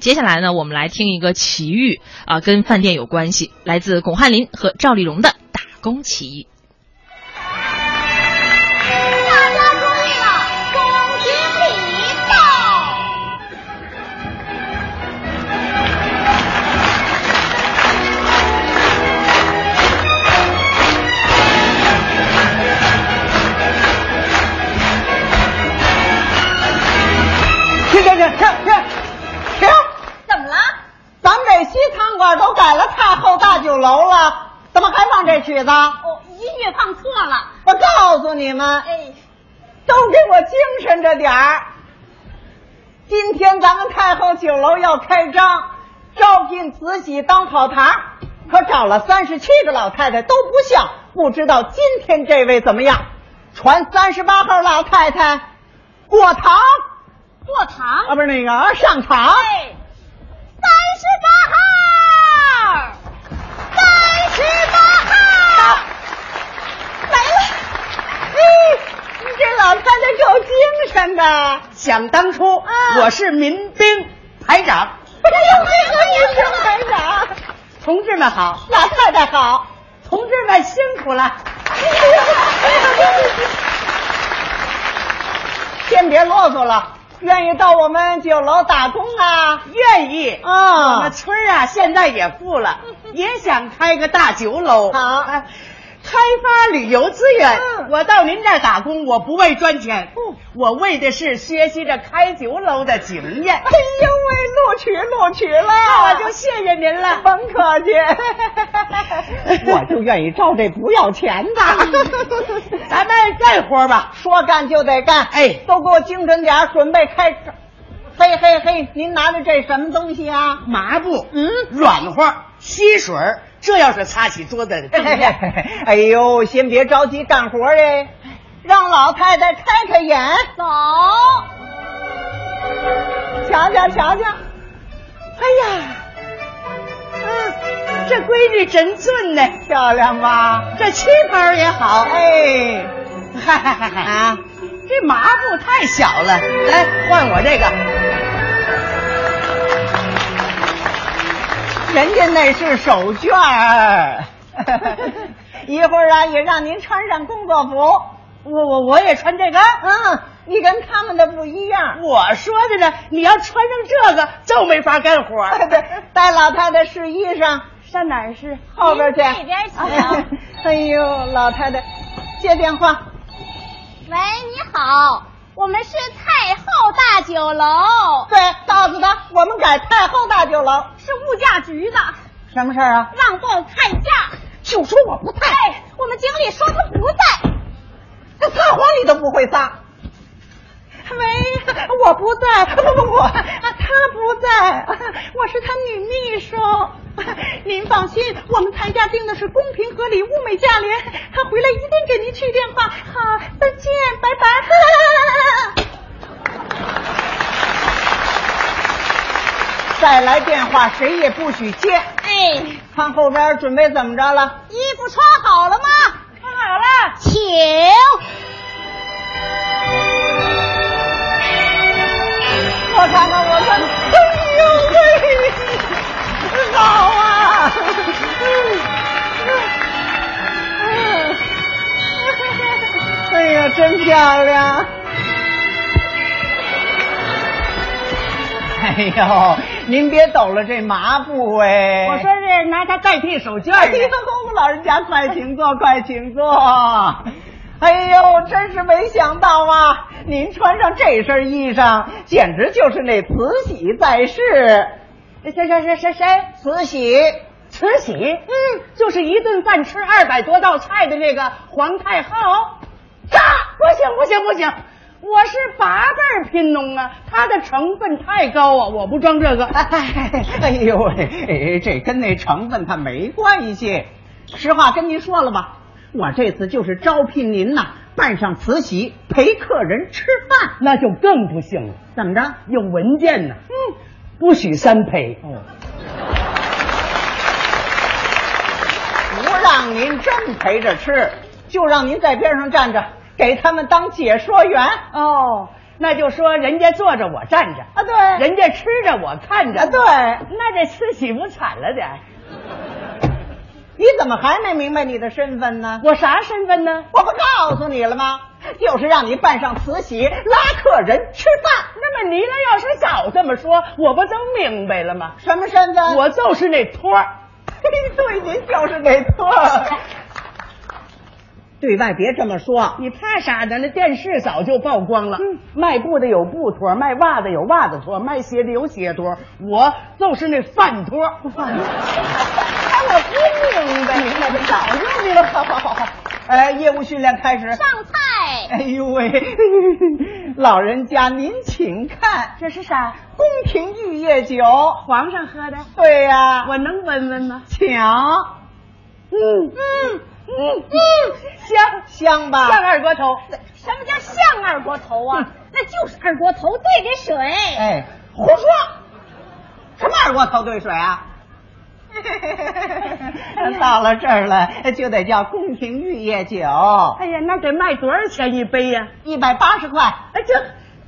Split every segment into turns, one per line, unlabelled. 接下来呢，我们来听一个奇遇啊，跟饭店有关系，来自巩汉林和赵丽蓉的打工奇遇。
大家注意了，总经理到。
停停停停停停！
怎么了？
咱们这西餐馆都改了太后大酒楼了，怎么还放这曲子？
哦，音乐放错了。
我告诉你们，
哎，
都给我精神着点儿。今天咱们太后酒楼要开张，招聘慈禧当跑堂，可找了三十七个老太太都不像，不知道今天这位怎么样？传三十八号老太太过堂
过堂。
啊，不是那个啊，上堂。
哎，三十八号，三十八号。
没了。嘿，你这老太太够精神的。想当初，我是民兵排长。哎呦，民兵排长，同志们好，老太太好，同志们辛苦了。 先别啰嗦了，愿意到我们酒楼打工啊？
愿意。
啊
我们村儿啊，现在也 富了，也想开个大酒楼。
好
哎开发旅游资源。
嗯
我到您这儿打工，我不为赚钱，我为的是学习着开酒楼的经验。
哎呦喂，录取录取了，
那我就谢谢您了。
甭客气， 我就愿意照这不要钱的。
咱们干活吧。
说干就得干，
哎
都给我精神点儿，准备开始。嘿嘿嘿，您拿着这什么东西啊？
麻布，
嗯
软和，吸水儿，这要是擦起桌子，
哎呦，先别着急干活哎，让老太太开开眼，
走，
瞧瞧瞧瞧。哎呀，
嗯，这闺女真俊呢，
漂亮吧？
这旗袍也好。
哎，
嗨嗨嗨嗨啊！这麻布太小了，来换我这个。
人家那是手绢儿。 一会儿啊，也让您穿上工作服。我我我也穿这个。嗯，你跟他们的不一样。
我说的呢，你要穿上这个就没法干 活。
对，带老太太试衣裳，上哪儿试？后边去。
您那边请
哎呦，老太太，接电话。
喂，你好，我们是太后大酒楼，
对，告诉他我们改太后大酒楼。
是物价局的，
什么事儿啊？
让报看价。
就说我不在，
哎，我们经理说他不在，
这撒谎你都不会撒。没，我不在，不不不，他不在，我是他女秘书。您放心，我们谈价定的是公平合理、物美价廉。他回来一定给您去电话。好，再见，拜拜。再来电话，谁也不许接。
哎，
看后边准备怎么着了？
衣服穿好了吗？穿好了，请。
我看看，我看看，哎呦喂，好啊！哎呀，真漂亮！哎呦，您别抖了这麻布哎！
我说是拿它代替手绢
哎
儿
呦，
呢。
老人家快请坐，快请坐。哎呦，真是没想到啊！您穿上这身衣裳，简直就是那慈禧在世。谁谁谁谁谁？慈禧。
慈禧，嗯，就是一顿饭吃二百多道菜的那个皇太后。炸！不行不行不行，我是八辈儿贫农啊，它的成分太高啊，我不装这个。
哎哎呦喂，哎这跟那成分它没关系。实话跟您说了吧，我这次就是招聘您呐，办上慈禧陪客人吃饭，
那就更不行了，
怎么着？
有文件呢、嗯，不许三陪。哦。
不让您真陪着吃，就让您在边上站着，给他们当解说员。
哦，那就说人家坐着我站着，
啊，对，
人家吃着我看着，
啊，对，
那这吃喜不惨了得？
你怎么还没明白你的身份呢？
我啥身份呢？
我不告诉你了吗？就是让你办上慈禧，拉客人吃饭，
那么你那要是早这么说，我不都明白了吗？
什么身份？
我就是那托儿。
对，您就是那错。对外别这么说，嗯
你怕啥呢？那电视早就曝光了。卖布的有布托，卖袜子有袜子托，卖鞋的有鞋托，我就是那饭托。哎
我不明白，你那早就明白。好好好好，哎，业务训练开始。
上菜，
哎呦喂， 老人家您请看，
这是啥？
宫廷玉液酒。
皇上喝的。
对呀、
我能闻闻吗？
请。
嗯嗯嗯嗯，香
香吧？
像二锅头。
什么叫像二锅头
嗯
啊？那就是二锅头兑着水。
哎，胡说！什么二锅头兑水啊？ 到了这儿了，就得叫宫廷玉液酒，
哎呀，那得卖多少钱一杯呀、
一百八十块。
哎，这这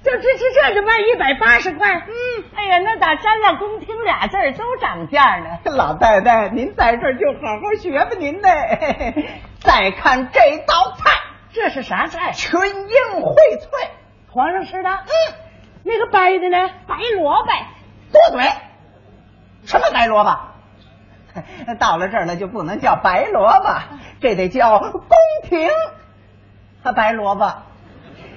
这这这就卖一百八十块。嗯，哎呀，那咋沾上“宫廷”俩字儿都涨价呢？
老太太，您在这儿就好好学吧， 您呢？再看这道菜，
这是啥菜？
群英荟萃，
皇上吃的。嗯，那个掰的呢？
白萝卜，
多嘴。什么白萝卜？ 到了这儿了就不能叫白萝卜，这得叫宫廷和白萝卜，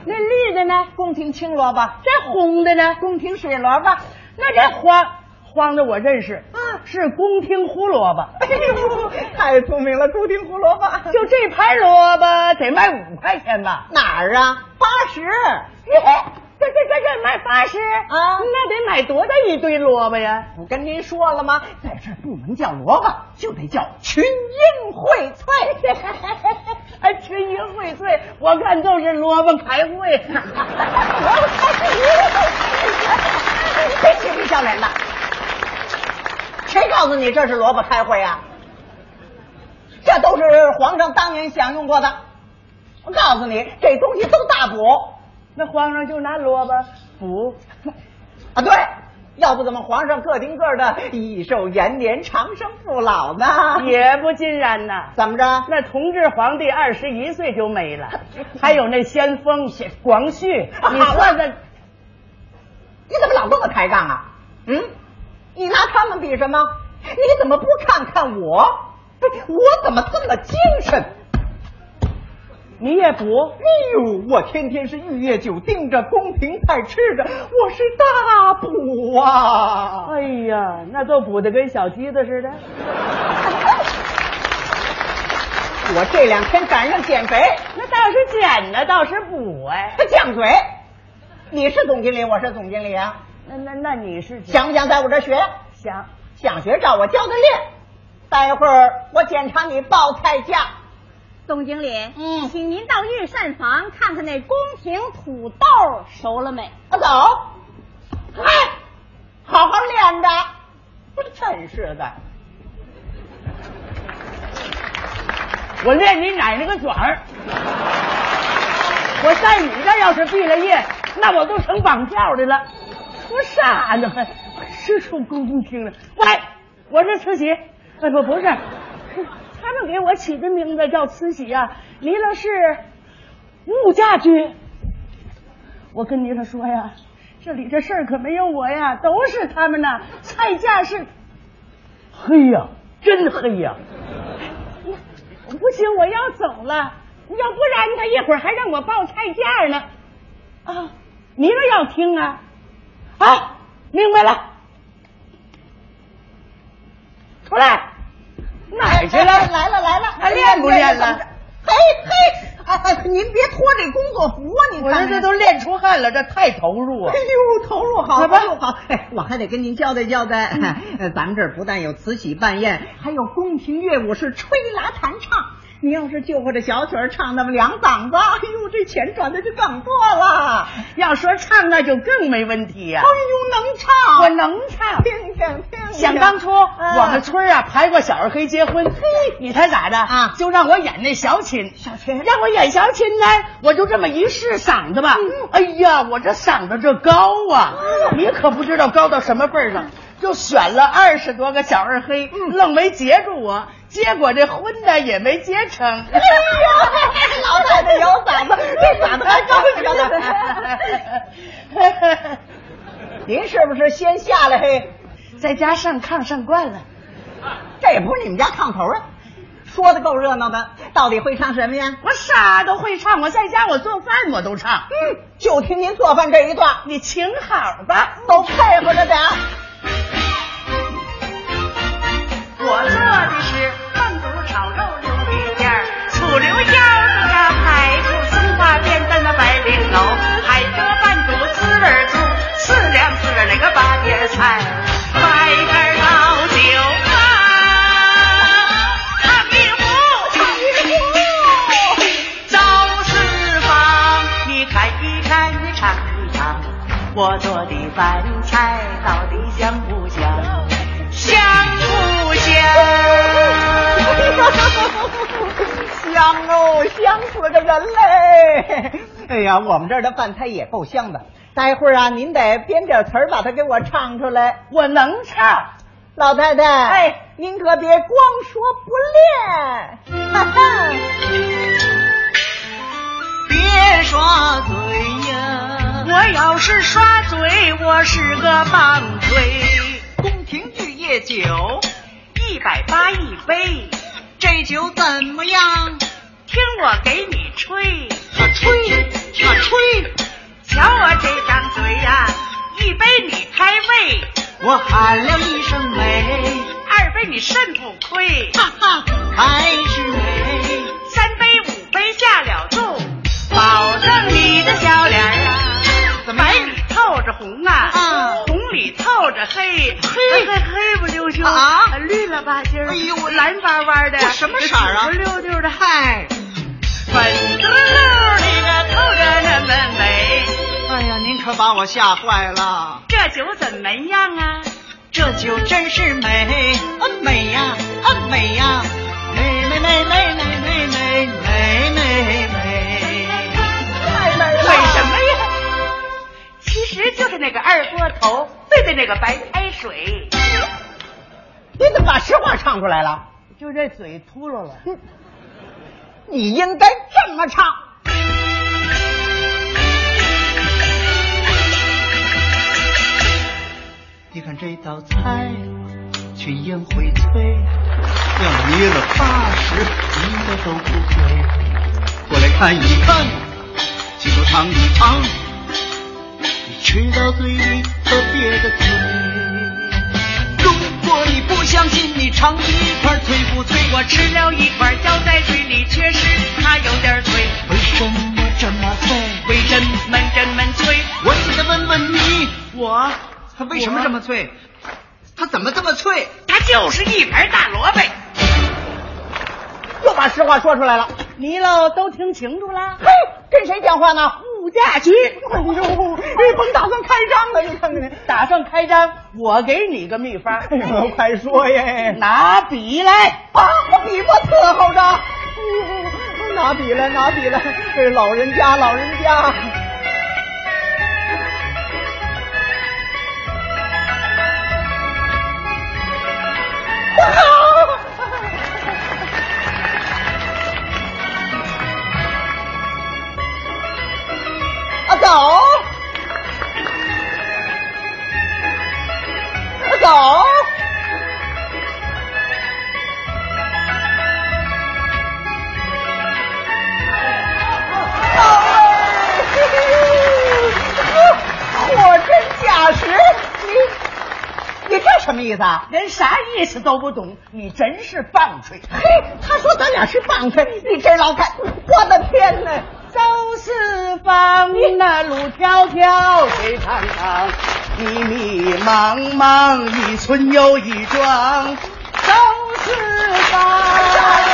那绿的呢？
宫廷青萝卜，
这红的呢？
宫廷水萝卜。哎
那这黄黄的我认识，嗯，是宫廷胡萝卜。
哎呦，太聪明了，宫廷胡萝卜。
就这盘萝卜得卖五块钱吧？
哪儿啊？八十。
耶，这这这这卖八十
啊
那得买多大一堆萝卜呀？
不跟您说了吗？在这儿不能叫萝卜，就得叫群英荟萃。
哎，群英荟萃，我看就是萝卜开会。
谁嬉皮笑脸的？谁告诉你这是萝卜开会啊？这都是皇上当年享用过的。我告诉你，这东西都大补
那皇上就拿萝卜补，
啊！对，要不怎么皇上个顶个的益寿延年、长生不老
啊
呢？
也不尽然呐。
怎么着？
那同治皇帝二十一岁就没 了，还有那先锋广旭，
啊
你算算，
啊你怎么老跟我抬杠啊？嗯，你拿他们比什么？你怎么不看看我？哎我怎么这么精神？
你也补。
哎呦，我天天是玉液酒盯着，宫廷菜吃着，我是大补啊！
哎呀，那都补的跟小鸡子似的。哎
我这两天赶上减肥，
那倒是减呢，倒是补哎。
犟嘴。你是总经理，我是总经理啊，
那那那你是减
想不想在我这儿学？
想
想学照我教的练。待会儿我检查你报菜价。
董经理，
嗯
请您到御膳房看看那宫廷土豆熟了没？
我啊走。哎，好好练着。不是，真是的。
我练你奶奶个卷儿。我在你这儿要是毕了业，那我都成绑票的了。我傻呢，还是出宫廷了。喂，我是慈禧，哎不不是，他们给我起的名字叫慈禧啊，离了是物家居。我跟你说呀，这里这事儿可没有我呀，都是他们呐。菜价是黑呀，真黑呀。不行，我要走了，要不然他一会儿还让我报菜价呢。啊，你们要听啊？啊，明白了。出来，哪儿去
哎
了？
来了来了，
还练不练了
怎么着？哎嘿嘿，哎哎，您别拖这工作服啊！你
我
看
这这都练出汗了，这太投入啊
哎！呦，投入好，
好吧
投入好。哎，我还得跟您交代交代， 呃咱们这儿不但有慈禧办宴，还有宫廷乐舞是吹拉弹唱。你要是就我这小曲儿唱那么两嗓子，哎呦，这钱赚的就更多了。
要说唱那就更没问题呀、
哎呦，能唱，
我能唱。
听听听听。
想当初
嗯
我们村儿啊排过小二黑结婚，嘿，你猜咋的
啊
就让我演那小琴，
小琴
让我演小琴呢，我就这么一试嗓子吧，
嗯
哎呀，我这嗓子这高啊，你可不知道高到什么份儿上。就选了二十多个小二黑，愣没截住我，结果这婚呢也没结成。
老太太摇嗓子， 这嗓子 还高着
哎
呢。您是不是先下来嘿？
在家上炕上惯了，
这也不是你们家炕头啊！说的够热闹的，到底会唱什么呀？
我啥都会唱，我在家我做饭我都唱。
嗯，就听您做饭这一段，
你请好吧，
都配合着点儿。
我做的是焖肚炒肉溜皮片儿，醋溜腰子啊，排骨松花面蛋那白莲藕，海蜇拌肚滋味儿醋，四两四两那个八碟菜，外边老酒啊，烫一壶，烫一壶，赵四方，你看一看，你尝一尝，我做的饭菜到底香不香？香不香？
香哦，香死个人嘞！哎呀，我们这儿的饭菜也够香的。待会儿啊，您得编点词儿把它给我唱出来。
我能唱。
老太太，
哎，
您可别光说不练。哈哈，
别耍嘴呀！我要是耍嘴，我是个棒槌。宫廷玉液酒，一百八一杯，这酒怎么样？听我给你吹，我吹，我吹。瞧我这张嘴呀、一杯你开胃，我喊了一声美，二杯你肾不亏，哈哈，还是美。三杯五杯下了肚，保证你的小脸儿啊，白里透着红啊，红里透着黑，黑黑黑不溜秋
啊
绿了吧唧儿，
哎呦我
蓝巴巴的，
我什么色儿啊
紫溜溜的，嗨，粉嘟溜的，透着那么美。
哎呀，您可把我吓坏了。
这酒怎么样啊？
这酒真是美，啊美呀，啊美呀，美美美美美美美美美美，太美
美什么呀？其实就是那个二锅头兑的那个白开水，
你怎么把实话唱出来了？嗯
就这嘴秃噜了。
你应该这么唱。
你看这道菜，群英荟萃，让你了八十，一个都不亏。过来看一看，几口尝一尝，你吃到嘴里和别的嘴。如果你不相信，你尝一块脆不脆？
我吃了一块，嚼在嘴里，确实它有点脆。
为什么这么脆？
为什么这么脆？
我只想问问你，
我
它为什么这么脆？它怎么这么脆？
它就是一盘大萝卜。
又把实话说出来了。
你喽都听清楚了？
嘿，跟谁讲话呢？物价局。哎呦，哎，甭打算开张了，你看看你。
打算开张，我给你个秘方，
哎呦，快说耶！
拿笔来。
啊，我比我伺候着。嗯拿笔来，拿笔来，这老人家，老人家。啊走，啊走。货真价实，你你这什么意思啊？
人啥意思都不懂，你真是棒槌！
嘿，他说咱俩是棒槌，你这老太，我的天哪！
走四方，那路迢迢，水长长，迷迷茫茫，一村又一庄，走四方。